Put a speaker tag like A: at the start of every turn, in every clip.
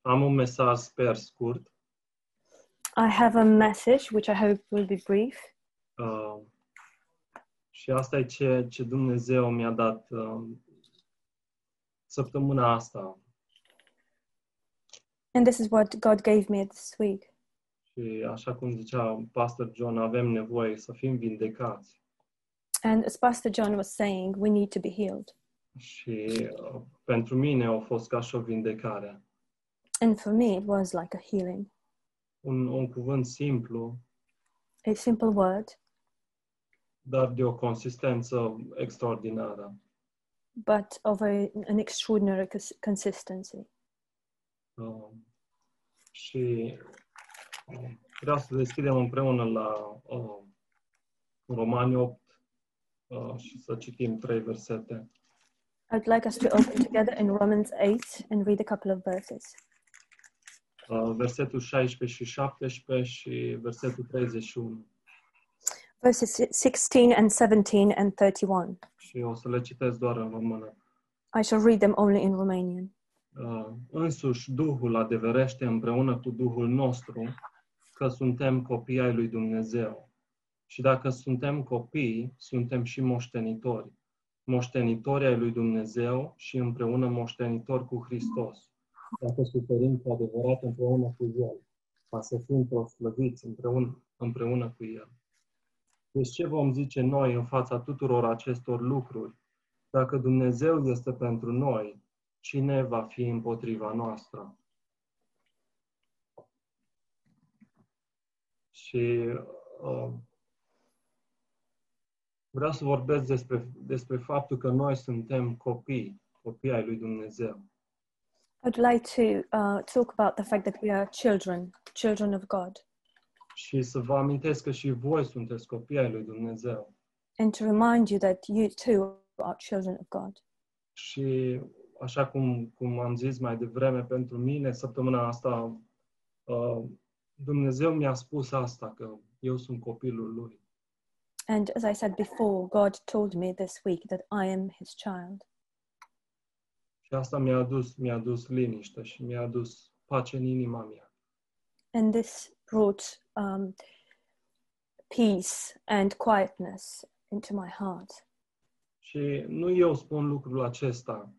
A: Am un mesaj, sper, scurt.
B: I have a message which I hope will be brief.
A: Uh, și asta e ce, ce Dumnezeu mi-a dat uh, săptămâna asta.
B: And this is what God gave me this week.
A: Și așa cum zicea Pastor John, avem nevoie să fim vindecați.
B: And as Pastor John was saying, we need to be healed.
A: Și uh, pentru mine a fost ca și o vindecare.
B: And for me, it was like a healing.
A: Un, un cuvânt simplu,
B: A simple word,
A: dar de o consistență extraordinară.
B: but of a, an extraordinary cons- consistency.
A: Uh, și uh, vreau să deschidem împreună la uh, Romani 8 uh, și să citim trei versete.
B: I'd like us to open together in Romans 8 and read a couple of verses.
A: Uh, versetul 16 și 17 și versetul 31.
B: Verses 16 and 17 and 31.
A: Și o să le citesc doar în română.
B: I shall read them only in Romanian.
A: Uh, însuși Duhul adeverește împreună cu Duhul nostru că suntem copii ai lui Dumnezeu. Și dacă suntem copii, suntem și moștenitori. Moștenitori ai lui Dumnezeu și împreună moștenitori cu Hristos. Dacă suferim cu adevărat împreună cu El, ca să fim proslăviți împreună, împreună cu El. Deci ce vom zice noi în fața tuturor acestor lucruri? Dacă Dumnezeu este pentru noi, cine va fi împotriva noastră. Și uh, vreau să vorbesc despre, despre faptul că noi suntem copii, copii ai lui Dumnezeu.
B: I'd like to uh, talk about the fact that we are children, children of God,
A: Și să vă amintesc că și voi sunteți copii ai lui Dumnezeu.
B: and to remind you that you too are children of God.
A: Și așa cum, cum am zis mai devreme, pentru mine, săptămâna asta, uh, Dumnezeu mi-a spus asta, că eu sunt copilul lui.
B: And as I said before, God told me this week that I am his child.
A: Și asta mi-a adus, mi-a adus liniște și mi-a adus pace în inima mea.
B: And this brought um, peace and quietness into my heart.
A: Și nu eu spun lucrul acesta,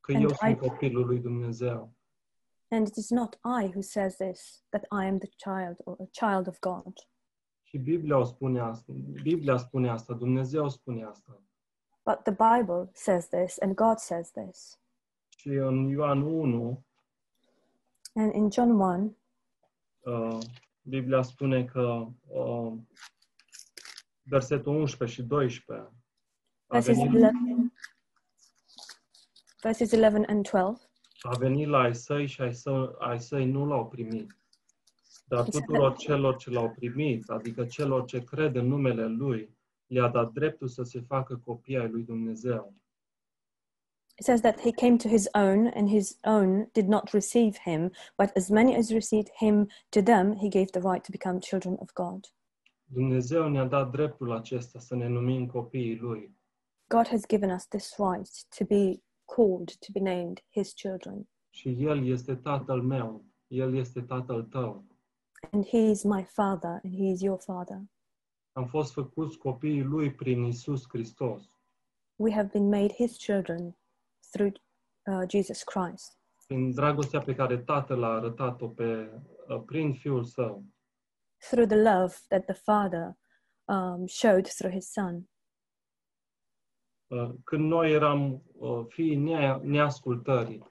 A: că
B: And
A: eu
B: I-
A: sunt copilul lui Dumnezeu,
B: And it is not I who says this, that I am the child or a child of God.
A: și Biblia o spune asta, Biblia spune asta, Dumnezeu spune asta.
B: But the Bible says this, and God says this.
A: Și în Ioan 1,
B: And in John 1,
A: uh, Biblia spune că uh, versetul 11 și 12 a
B: verses
A: venit,
B: 11, verses 11 and 12,
A: a venit la ai săi și ai săi, ai săi nu l-au primit. Dar
B: Exact.
A: tuturor celor ce l-au primit, adică celor ce cred în numele Lui, le-a dat dreptul să se facă copii ai Lui Dumnezeu.
B: it says that he came to his own, and his own did not receive him, but as many as received him, to them he gave the right to become children of God.
A: Dumnezeu ne-a dat dreptul acesta să ne numim copiii Lui.
B: God has given us this right to be called, to be named his children.
A: Și El este Tatăl meu, El este Tatăl tău.
B: And he is my father, and he is your father.
A: Am fost făcuți copiii Lui prin Isus Hristos,
B: we have been made his children through uh, Jesus Christ,
A: prin dragostea pe care Tatăl a arătat-o pe, prin Fiul Său.
B: through the love that the Father um, showed through his Son.
A: Uh, Când noi eram uh, fiii nea- neascultării,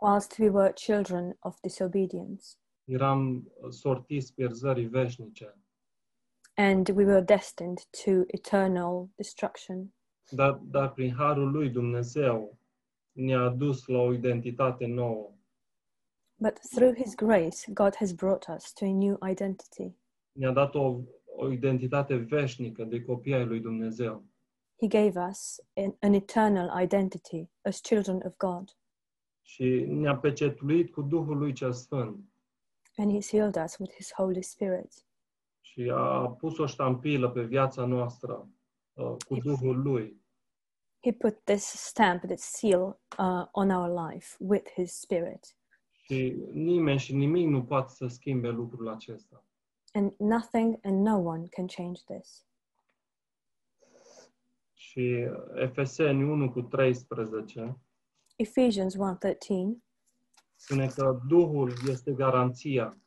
B: Whilst we were children of disobedience,
A: eram uh, sortiți pierzării veșnice.
B: and we were destined to eternal destruction.
A: Dar, dar prin harul lui Dumnezeu ne-a adus la o identitate nouă.
B: But through his grace, God has brought us to a new identity.
A: Ne-a dat o, o identitate veșnică de copii ai lui Dumnezeu.
B: He gave us an, an eternal identity as children of God,
A: Și ne-a pecetuit cu Duhul lui cel Sfânt.
B: and he sealed us with his Holy Spirit.
A: Și a pus o ștampilă pe viața noastră uh, cu Duhul lui.
B: he put this stamp, this seal uh, on our life with his spirit.
A: Și nimeni și nimic nu poate să schimbe lucrul acesta.
B: And nothing and no one can change this.
A: Și Efeseni 1 cu 13
B: Ephesians 1:13
A: spune că Duhul este garanția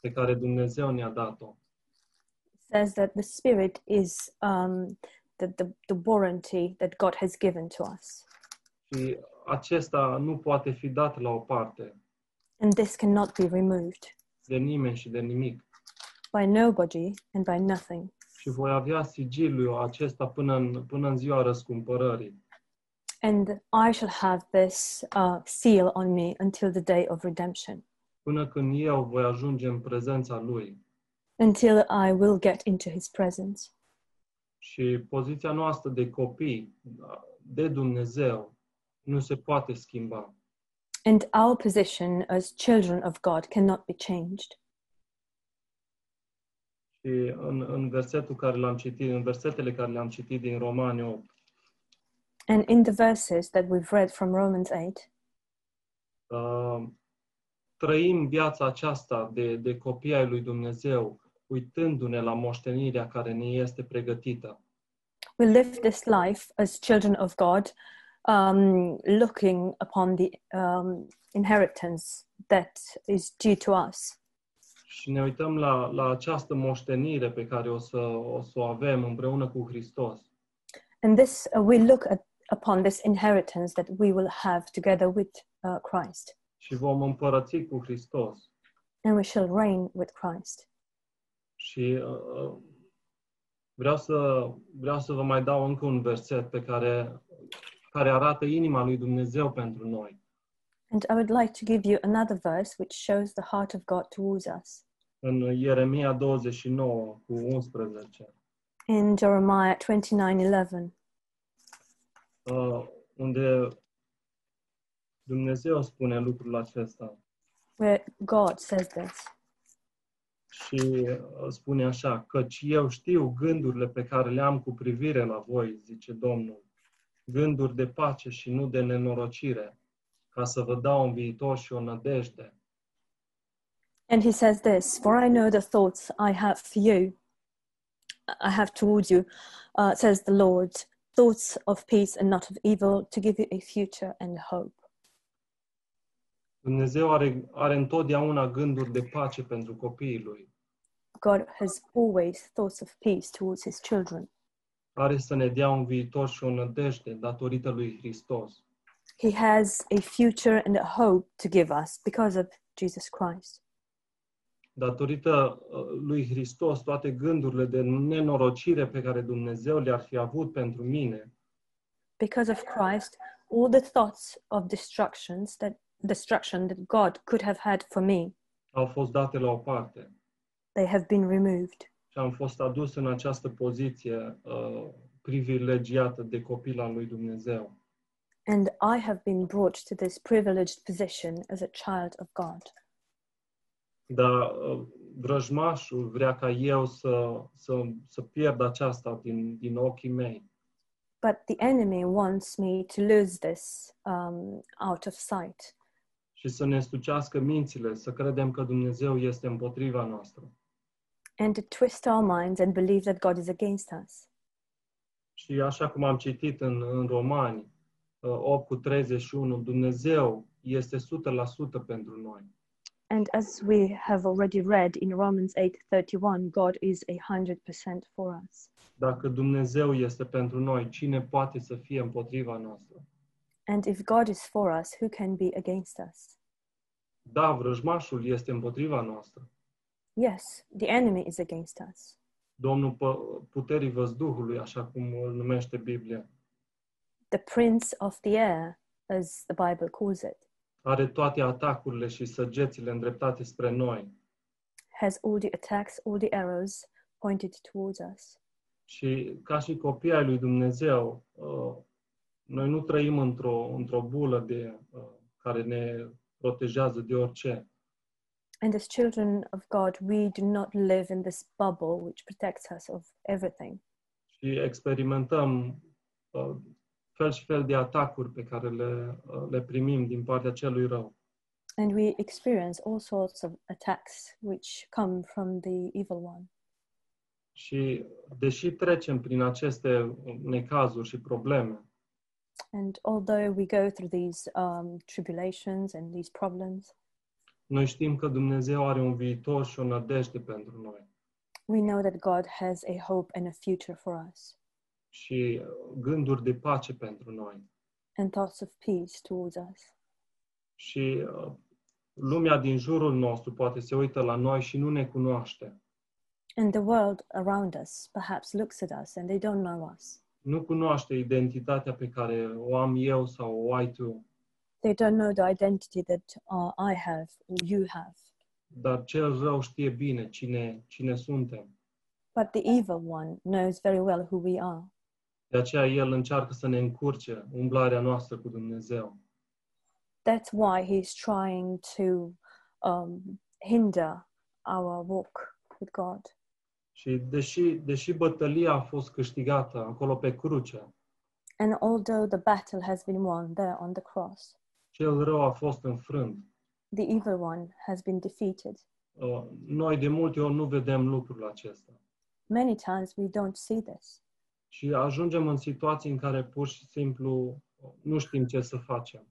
A: pe care Dumnezeu ne-a dat-o.
B: says that the spirit is um, the, the, the warranty that God has given to us.
A: Și acesta nu poate fi dat la o parte
B: And this cannot be removed
A: de nimeni și de nimic.
B: by nobody and by nothing.
A: Și voi avea sigiliul acesta până în, până în ziua răscumpărării.
B: And I shall have this uh, seal on me until the day of redemption,
A: până când eu voi ajunge în prezența lui.
B: until I will get into his presence.
A: Și poziția noastră de copii de Dumnezeu nu se poate schimba.
B: And our position as children of God cannot be changed.
A: Și în, în versetul care l-am citit, în versetele care le-am citit din Romani 8,
B: And in the verses that we've read from Romans 8,
A: uh, trăim viața aceasta de, de copii ai lui Dumnezeu, uitându-ne la moștenirea care ne este pregătită.
B: we live this life as children of God, um, looking upon the um, inheritance that is due to us.
A: Și ne uităm la, la această moștenire pe care o să, o să o avem împreună cu Hristos.
B: And this, uh, we look at, upon this inheritance that we will have together with uh, Christ,
A: și vom împărăți cu Hristos.
B: and we shall reign with Christ.
A: Și uh, vreau, să, vreau să vă mai dau încă un verset pe care, care arată inima lui Dumnezeu pentru noi.
B: And I would like to give you another verse which shows the heart of God towards us.
A: În Ieremia 29 cu 11,
B: In Jeremiah 29:11,
A: uh, unde Dumnezeu spune lucrul acesta
B: where God says this,
A: și uh, spune așa, căci eu știu gândurile pe care le am cu privire la voi, zice Domnul, gânduri de pace și nu de nenorocire, ca să vă dau un viitor și o nădejde.
B: and he says this, "For I know the thoughts I have for you, I have towards you," uh, says the Lord, "thoughts of peace and not of evil, to give you a future and hope."
A: Dumnezeu are, are întotdeauna gânduri de pace pentru copiii lui,
B: God has always thoughts of peace towards His children.
A: care să ne dea un viitor și o nădejde datorită lui Hristos.
B: He has a future and a hope to give us because of Jesus Christ.
A: Datorită uh, lui Hristos, toate gândurile de nenorocire pe care Dumnezeu le-ar fi avut pentru mine,
B: Because of Christ, all the thoughts of destructions that destruction that God could have had for me,
A: au fost date la o parte
B: they have been removed.
A: și am fost adus în această poziție uh, privilegiată de copil al lui Dumnezeu.
B: And I have been brought to this privileged position as a child of God.
A: Dar uh, vrăjmașul vrea ca eu să, să, să pierd aceasta din, din ochii mei.
B: But the enemy wants me to lose this um, out of sight
A: și să ne stucească mințile, să credem că Dumnezeu este împotriva noastră.
B: and to twist our minds and believe that God is against us.
A: Și așa cum am citit în, în Romani uh, 8 cu 31, Dumnezeu este 100% pentru noi.
B: And as we have already read in Romans 8:31, God is a 100% for us.
A: Dacă Dumnezeu este pentru noi, cine poate să fie împotriva noastră?
B: And if God is for us, who can be against us?
A: Da, vrăjmașul este împotriva noastră.
B: Yes, the enemy is against us.
A: Domnul pă- puterii văzduhului, așa cum îl numește Biblia,
B: The prince of the air, as the Bible calls it,
A: are toate atacurile și săgețile îndreptate spre noi.
B: has all the attacks, all the arrows pointed towards us.
A: Și ca și copii ai lui Dumnezeu, uh, noi nu trăim într-o, într-o bulă de, uh, care ne protejează de orice,
B: And as children of God, we do not live in this bubble which protects us of everything.
A: ci experimentăm uh, fel și fel de atacuri pe care le, uh, le primim din partea celui rău.
B: And we experience all sorts of attacks which come from the evil one.
A: Și deși trecem prin aceste necazuri și probleme,
B: And although we go through these um, tribulations and these problems,
A: noi știm că Dumnezeu are un viitor și o nădejde pentru noi.
B: we know that God has a hope and a future for us
A: Și uh, gânduri de pace pentru noi.
B: and thoughts of peace towards us.
A: Și uh, lumea din jurul nostru poate se uită la noi și nu ne cunoaște.
B: And the world around us perhaps looks at us and they don't know us.
A: Nu cunoaște identitatea pe care o am eu sau o ai tu,
B: They don't know the identity that uh, I have or you have.
A: dar cel rău știe bine cine, cine suntem.
B: But the evil one knows very well who we are.
A: De aceea el încearcă să ne încurce umblarea noastră cu Dumnezeu.
B: That's why he's trying to um, hinder our walk with God.
A: Și deși, deși bătălia a fost câștigată acolo pe cruce,
B: And although the battle has been won there on the cross,
A: cel rău a fost înfrânt.
B: the evil one has been defeated.
A: Uh, Noi de multe ori nu vedem lucrul acesta.
B: Many times we don't see this.
A: Și ajungem în situații în care pur și simplu nu știm ce să facem.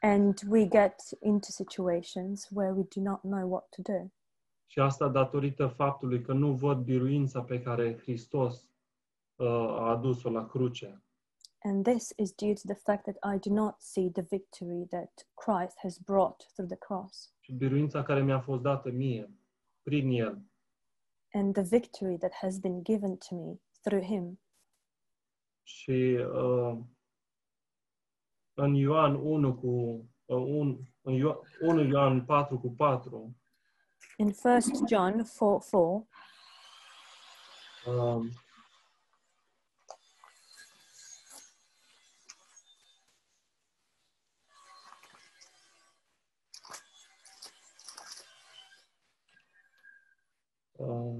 B: And we get into situations where we do not know what to do.
A: Și asta datorită faptului că nu văd biruința pe care Hristos uh, a adus-o la cruce.
B: And this is due to the fact that I do not see the victory that Christ has brought through the cross
A: Și biruința care mi-a fost dată mie, prin El.
B: and the victory that has been given to me through him.
A: Și uh, în Ioan 1 cu uh, un, în Ioan, 1 Ioan 4 cu 4
B: In 1 John 4 4,
A: uh, uh,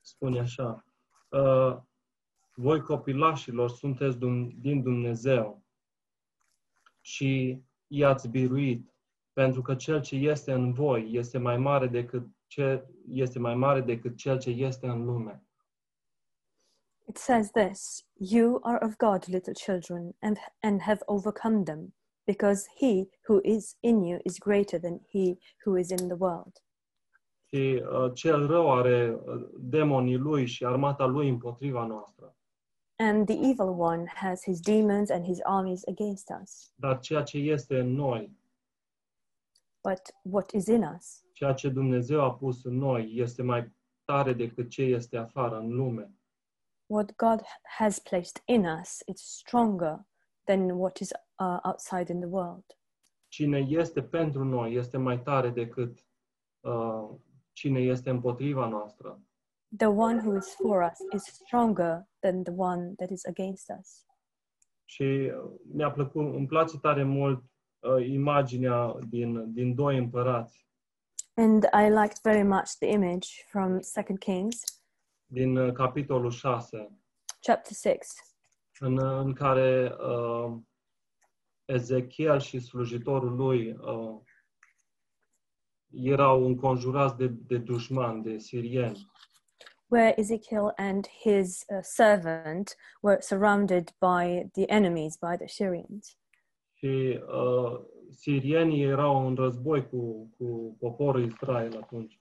A: spune așa uh, voi copilașilor sunteți dum- din Dumnezeu și i-ați biruit pentru că cel ce este în voi este mai mare decât ce este mai mare decât cel ce este în lume.
B: it says this You are of God, little children, and, and have overcome them, because he who is in you is greater than he who is in the world.
A: Și uh, cel rău are uh, demonii lui și armata lui împotriva noastră.
B: And the evil one has his demons and his armies against us.
A: Dar ceea ce este în noi,
B: But what is in us,
A: ceea ce Dumnezeu a pus în noi, este mai tare decât ce este afară în lume.
B: what God has placed in us, it's stronger than what is uh, outside in the world.
A: Cine este pentru noi este mai tare decât uh, cine este împotriva noastră.
B: The one who is for us is stronger than the one that is against us.
A: Și uh, mi-a plăcut, îmi place tare mult uh, imaginea din, din doi împărați.
B: And I liked very much the image from Second Kings
A: din uh, capitolul 6,
B: chapter 6,
A: în, în care uh, Ezechiel și slujitorul lui uh, erau înconjurați de, de dușmani, de sirieni.
B: where Ezekiel and his uh, servant were surrounded by the enemies, by the Syrians.
A: Și uh, sirienii erau în război cu, cu poporul Israel atunci.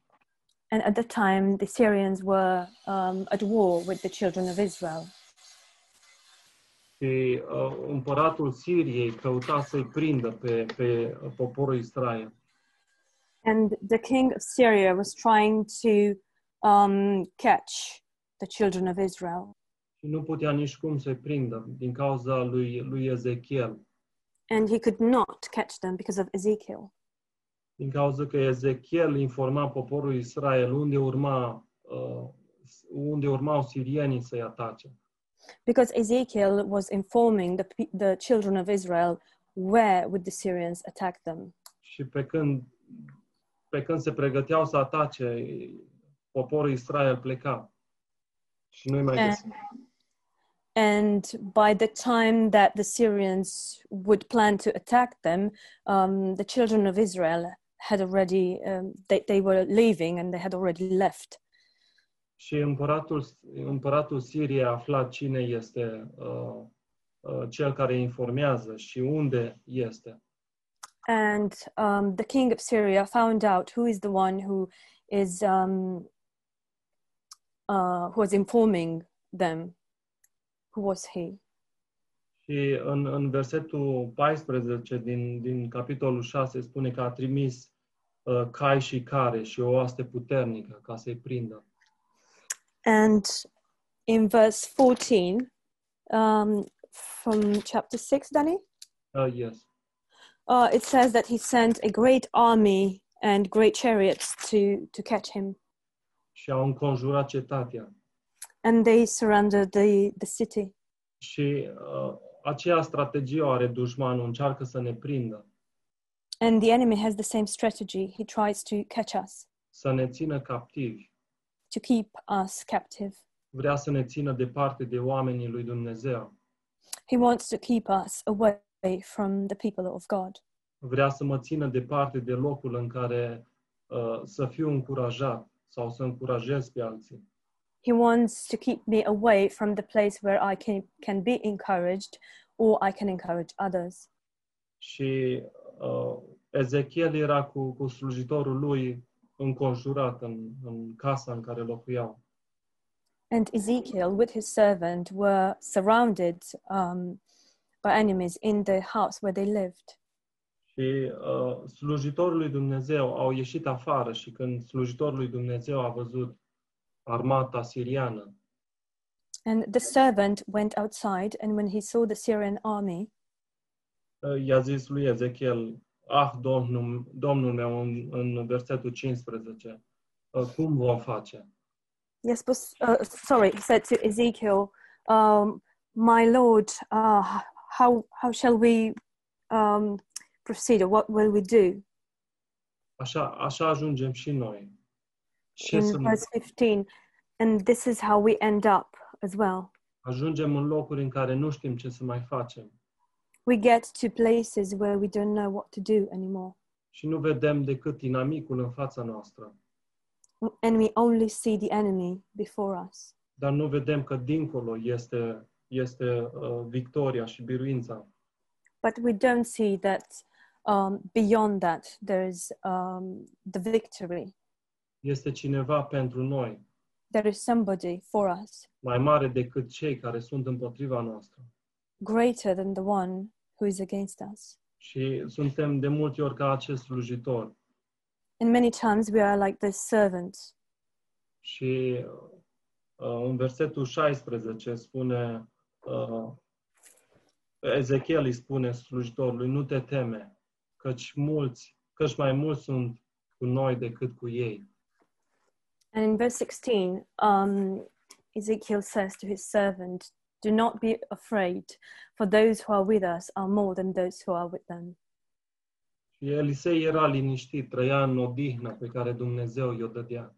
B: And at the time, the Syrians were um, at war with the children of Israel.
A: Și uh, împăratul Siriei căuta să-i prindă pe, pe poporul Israel.
B: And the king of Syria was trying to um, catch the children of Israel.
A: Și nu putea nici cum să-i prindă din cauza lui, lui Ezechiel.
B: And he could not catch them because of Ezekiel,
A: din cauza că Ezechiel informa poporul Israel unde urma uh, unde urmau sirienii să-i atace.
B: because Ezekiel was informing the, pe- the children of Israel where would the Syrians attack them.
A: Și pe când, pe când se pregăteau să atace, poporul Israel pleca. Și nu-i mai
B: Da.
A: găsim.
B: And by the time that the Syrians would plan to attack them, um, the children of Israel had already, um, they, they were leaving and they had already left.
A: Și împăratul, împăratul Siriei a aflat cine este uh, uh, cel care informează și unde este.
B: And um, the king of Syria found out who is the one who is um, uh, who was informing them. Who was he?
A: Și în, în versetul 14 din, din capitolul 6 spune că a trimis uh, cai și care și o oaste puternică ca să-i prindă.
B: And in verse 14 um, from chapter 6, Danny,
A: Uh, yes.
B: uh, it says that he sent a great army and great chariots to, to catch him.
A: Și au înconjurat cetatea.
B: And they surrendered the, the city.
A: Și uh, aceea strategie o are dușmanul, încearcă să ne prindă,
B: And the enemy has the same strategy. He tries to catch us,
A: să ne țină captivi.
B: to keep us captive.
A: Vrea să ne țină departe de oamenii lui Dumnezeu.
B: He wants to keep us away from the people of God.
A: Vrea să mă țină departe de locul în care uh, să fiu încurajat sau să încurajez pe alții.
B: He wants to keep me away from the place where I can, can be encouraged or I can encourage others.
A: Și uh, Ezechiel era cu, cu slujitorul lui înconjurat în, în casa în care locuiau.
B: And Ezekiel, with his servant, were surrounded um, by enemies in the house where they lived.
A: Și uh, slujitorul lui Dumnezeu au ieșit afară și când slujitorul lui Dumnezeu a văzut armata siriană,
B: And the servant went outside, and when he saw the Syrian army,
A: uh, i-a zis lui Ezechiel, ah, domnul, domnul meu, în, în versetul 15, uh, cum vom face?
B: yes, but, uh, sorry, he said to Ezekiel, um, "My lord, uh, how how shall we um, proceed, or what will we do?"
A: Așa, așa ajungem și noi. Ce să
B: In verse fifteen, and this is how we end up as well.
A: ajungem în locuri în care nu știm ce să mai facem
B: We get to places where we don't know what to do anymore.
A: și nu vedem decât inamicul în fața noastră,
B: and we only see the enemy before us.
A: dar nu vedem că dincolo este, este uh, victoria și biruința.
B: But we don't see that um, beyond that there is um, the victory.
A: este cineva pentru noi
B: There is somebody for us
A: mai mare decât cei care sunt împotriva noastră.
B: greater than the one who is against us.
A: Și suntem de multe ori ca acest slujitor
B: And many times we are like the servant.
A: Și uh, în versetul 16 spune, uh, Ezechiel îi spune slujitorului, nu te teme, căci mulți, căci mai mulți sunt cu noi decât cu ei.
B: And in verse 16, um, Ezekiel says to his servant, Do not be afraid, for those who are with us are more than those who are with them.
A: Și Elisei era liniștit, trăia în odihna pe care Dumnezeu i-o dădea.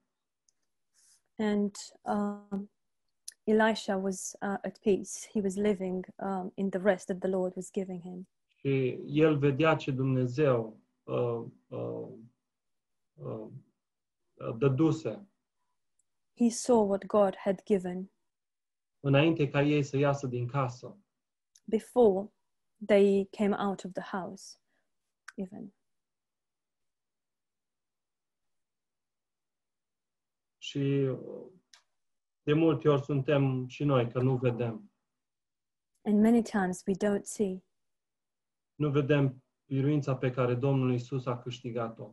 B: and um, Elisha was uh, at peace. He was living um, in the rest that the Lord was giving him,
A: Și el vedea ce Dumnezeu uh, uh, uh, dăduse
B: he saw what God had given
A: înainte ca ei să iasă din casă.
B: before they came out of the house, even.
A: Și uh, de multe ori suntem și noi că nu vedem.
B: And many times we don't see,
A: Nu vedem biruința pe care Domnul Isus a câștigat-o.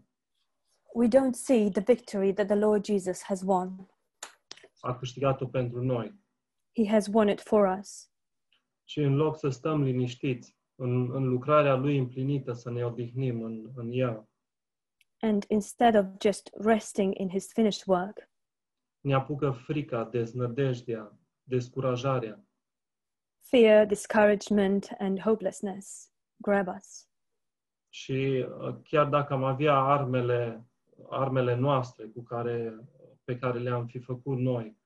B: we don't see the victory that the Lord Jesus has won.
A: A câștigat-o pentru noi.
B: He has won it for us.
A: Și în loc să stăm liniștiți în, în lucrarea Lui împlinită, să ne odihnim în, în ea,
B: And instead of just resting in his finished work,
A: ne apucă frica, deznădejdea, descurajarea.
B: fear, discouragement, and hopelessness grab us.
A: Și uh, chiar dacă am avea armele, armele noastre cu care, pe care le-am fi făcut noi,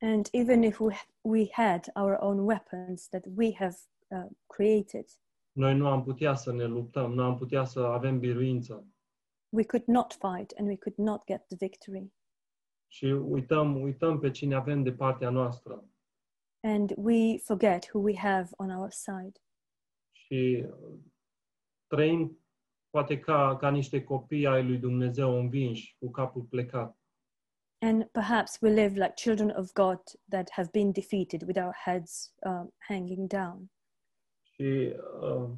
B: And even if we, we had our own weapons that we have uh, created,
A: Noi nu am putea să ne luptăm, nu am putea să avem biruință.
B: we could not fight and we could not get the victory.
A: Și uităm, uităm pe cine avem de partea noastră.
B: And we forget who we have on our side.
A: Și uh, trăim poate ca, ca niște copii ai lui Dumnezeu învinși, cu capul plecat.
B: And perhaps we live like children of God that have been defeated with our heads um, hanging down.
A: Și uh,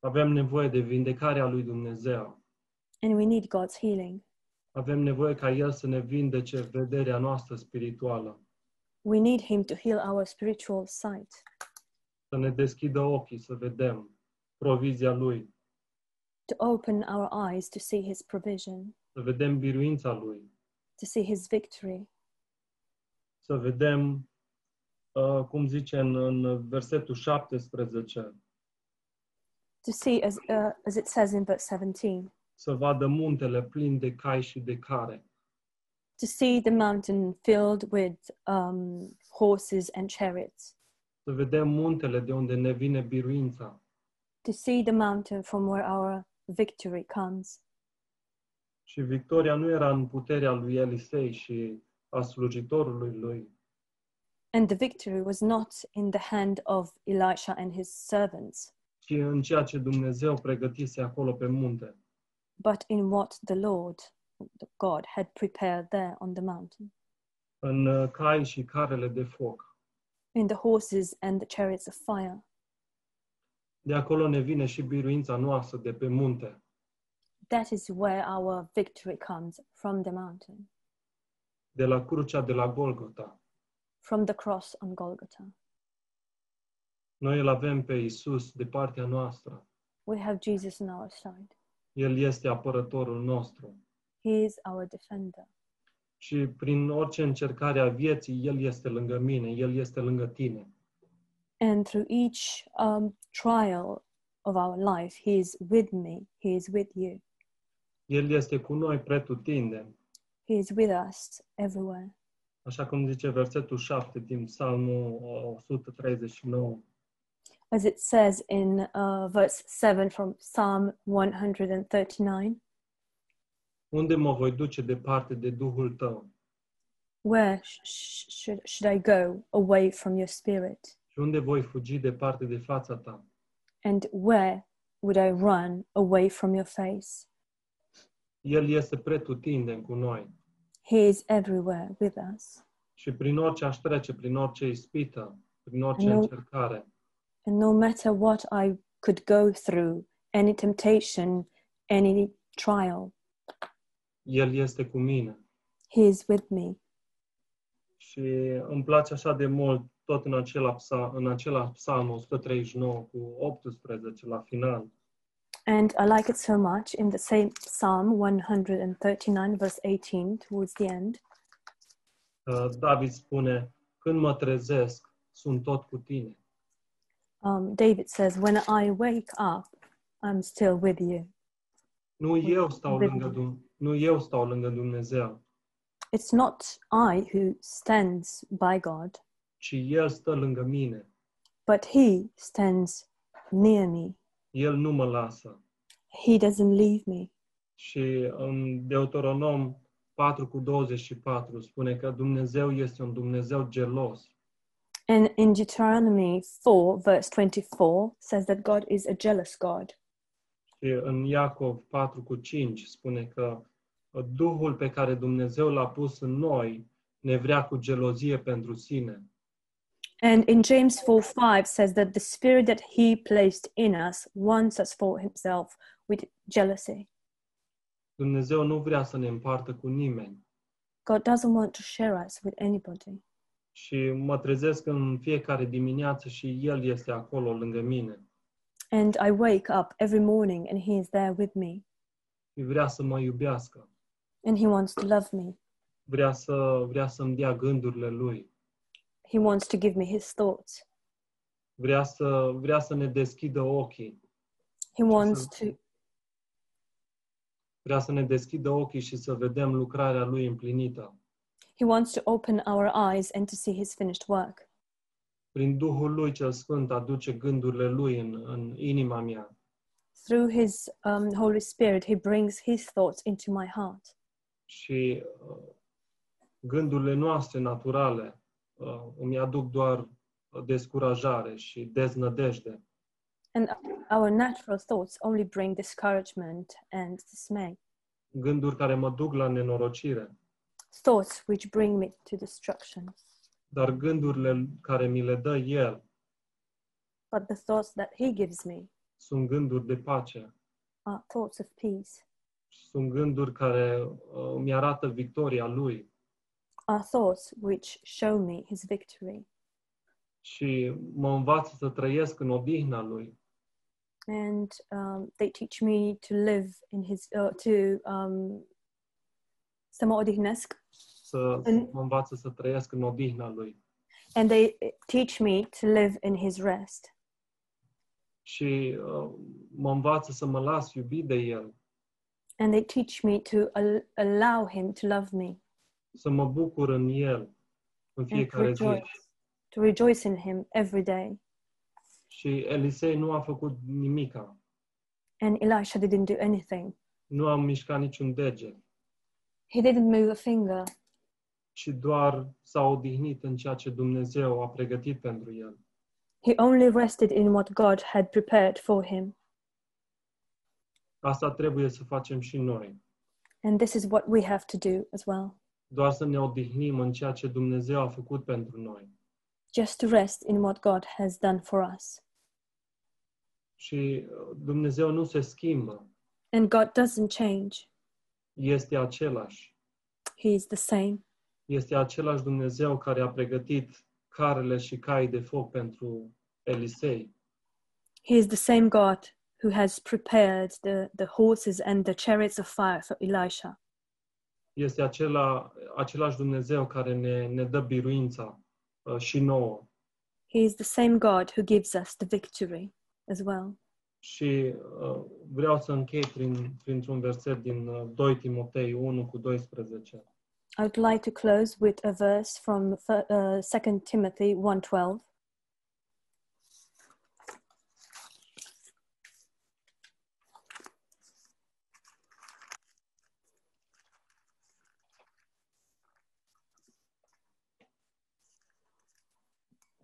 A: avem nevoie de vindecarea lui Dumnezeu.
B: And we need God's healing.
A: Avem nevoie ca El să ne vindece vederea noastră spirituală,
B: We need Him to heal our spiritual sight,
A: să ne deschidă ochii, să vedem provizia Lui,
B: to open our eyes to see His provision,
A: să vedem biruința Lui,
B: to see His victory.
A: să vedem, uh, cum zice în, în versetul 17,
B: to see, as, uh, as it says in verse 17,
A: să vadă muntele plin de cai și de care,
B: to see the mountain filled with um, horses and chariots,
A: să vedem muntele de unde ne vine biruința,
B: to see the mountain from where our victory comes.
A: Și victoria nu era în puterea lui Elisei și a slujitorului lui,
B: And the victory was not in the hand of Elisha and his servants,
A: ci în ceea ce Dumnezeu pregătise acolo pe munte.
B: but in what the Lord the God had prepared there on the mountain,
A: În uh, cai și carele de foc.
B: in the horses and the chariots of fire.
A: De acolo ne vine și biruința noastră de pe munte.
B: That is where our victory comes from the mountain,
A: de la crucea de la Golgota.
B: from the cross on Golgotha.
A: Noi îl avem pe Isus de partea noastră.
B: We have Jesus on our side.
A: El este apărătorul nostru.
B: He is our defender.
A: Și prin orice încercare a vieții, El este lângă mine, El este lângă tine.
B: And through each um, trial of our life, He is with me, He is with you,
A: El este cu noi pretutindeni,
B: He is with us everywhere.
A: așa cum zice versetul 7 din Psalmul uh, 139.
B: As it says in uh, verse 7 from Psalm 139
A: Unde mă voi duce departe de Duhul tău?
B: Where sh- sh- should, should I go away from your spirit?
A: Și unde voi fugi departe de fața ta?
B: And where would I run away from your face?
A: El este pretutindeni cu noi.
B: He is everywhere with us.
A: Și prin orice aș trece, prin orice ispită, prin orice
B: Alo?
A: încercare,
B: And no matter what I could go through, any temptation, any trial,
A: El este cu mine.
B: He is with me.
A: Și îmi place așa de mult tot în acela, psa- în acela psalm 139 cu 18 la final,
B: And I like it so much in the same Psalm 139, verse 18, towards the end.
A: că Uh, David spune, când mă trezesc, sunt tot cu tine.
B: Um, David says, When I wake up, I'm still with you.
A: Nu eu stau
B: Bine.
A: lângă, Dum- nu eu stau lângă Dumnezeu,
B: It's not I who stands by God,
A: ci El stă lângă mine.
B: but He stands near me.
A: El nu mă lasă.
B: He doesn't leave me.
A: Și în Deuteronom 4 cu 24 spune că Dumnezeu este un Dumnezeu gelos.
B: And in Deuteronomy 4, verse 24, says that God is a jealous God.
A: Și în Iacov 4 cu 5 spune că "Ă, Duhul pe care Dumnezeu l-a pus în noi ne vrea cu gelozie pentru sine.
B: And in James 4 5 says that the spirit that he placed in us wants us for himself with jealousy.
A: Dumnezeu nu vrea să ne împartă cu nimeni.
B: God doesn't want to share us with anybody.
A: Și mă trezesc în fiecare dimineață și El este acolo lângă mine.
B: And I wake up every morning and he is there with me
A: Și vrea să mă iubească.
B: and he wants to love me.
A: Vrea, să, vrea să-mi dea gândurile Lui.
B: He wants to give me his thoughts.
A: Vrea să, vrea să ne deschidă ochii.
B: He wants
A: Awesome.
B: to
A: Vrea să ne deschidă ochii și să vedem lucrarea Lui împlinită.
B: He wants to open our eyes and to see his finished work.
A: Prin Duhul lui cel Sfânt aduce gândurile lui în, în inima mea.
B: Through his um, Holy Spirit, he brings his thoughts into my heart.
A: și uh, gândurile noastre naturale uh, îmi aduc doar descurajare și deznădejde.
B: And our natural thoughts only bring discouragement and dismay,
A: Gânduri care mă duc la nenorocire,
B: thoughts which bring me to destruction.
A: dar gândurile care mi le dă El
B: But the thoughts that he gives me
A: sunt gânduri de pace,
B: are thoughts of peace,
A: sunt gânduri care uh, îmi arată victoria Lui
B: are thoughts which show me his victory
A: și mă învață să trăiesc în odihna Lui,
B: and um, they teach me to live in his uh, to um samadhinesc
A: să
B: În-
A: mă învață să trăiesc în odihna Lui.
B: and they uh, teach me to live in his rest
A: Și uh, mă învață să mă las iubit de El,
B: and they teach me to al- allow him to love me
A: să mă bucur în El în
B: and to
A: fiecare zi.
B: rejoice to rejoice in him every day
A: Și Elisei nu a făcut nimica,
B: and elisha didn't do anything
A: nu a mișcat niciun deget,
B: he didn't move a finger
A: ci doar s-a odihnit în ceea ce Dumnezeu a pregătit pentru el.
B: he only rested in what god had prepared for him
A: Asta trebuie să facem și noi,
B: and this is what we have to do as well
A: doar să ne odihnim în ceea ce Dumnezeu a făcut pentru noi.
B: just to rest in what God has done for us.
A: Și uh, Dumnezeu nu se schimbă,
B: And God doesn't change,
A: este același.
B: He is the same.
A: Este același Dumnezeu care a pregătit carele și cai de foc pentru Elisei.
B: He is the same God who has prepared the, the horses and the chariots of fire for Elisha.
A: este acela, același Dumnezeu care ne, ne dă biruința uh, și nouă.
B: He is the same God who gives us the victory as well.
A: Și uh, vreau să închei prin, printr-un verset din uh, 2 Timotei 1 cu 12.
B: I would like to close with a verse from fir- uh, 2 Timothy 1:12.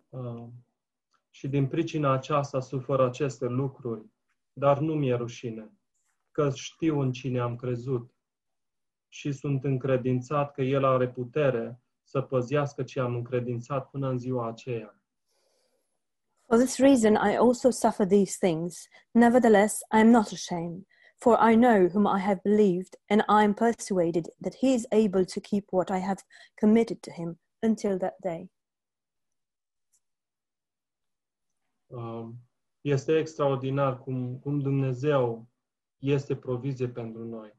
A: Uh, și din pricina aceasta sufăr aceste lucruri, dar nu mi-e rușine, că știu în cine am crezut și sunt încredințat că El are putere să păzească ce am încredințat până în ziua aceea.
B: For this reason I also suffer these things. Nevertheless, I am not ashamed, for I know whom I have believed, and I am persuaded that he is able to keep what I have committed to him until that day.
A: Uh, Este extraordinar cum, cum Dumnezeu este provizie pentru noi.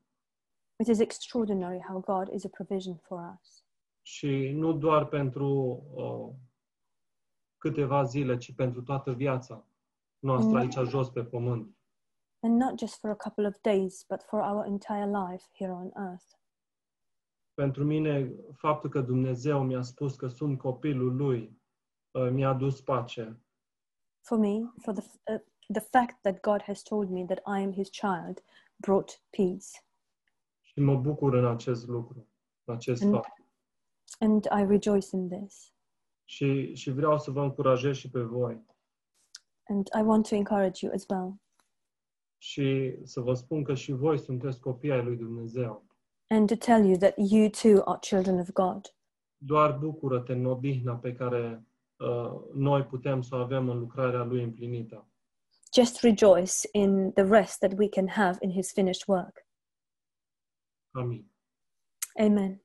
B: It is extraordinary how God is a provision for us,
A: Și nu doar pentru uh, câteva zile, ci pentru toată viața noastră
B: Mm.
A: aici jos pe pământ.
B: and not just for a couple of days, but for our entire life here on earth.
A: Pentru mine, faptul că Dumnezeu mi-a spus că sunt copilul Lui uh, mi-a adus pace.
B: For me, for the, uh, the fact that God has told me that I am his child brought peace,
A: Și mă bucur în acest lucru, în acest
B: Mm.
A: fapt.
B: and I rejoice in this.
A: Și, și vreau să vă încurajez și pe voi.
B: And I want to encourage you as well.
A: Și să vă spun că și voi sunteți copii ai Lui Dumnezeu.
B: and to tell you that you too are children of God.
A: doar bucură-te în odihna pe care uh, noi putem să o avem în lucrarea Lui împlinită.
B: Just rejoice in the rest that we can have in His finished work.
A: Amin.
B: Amen.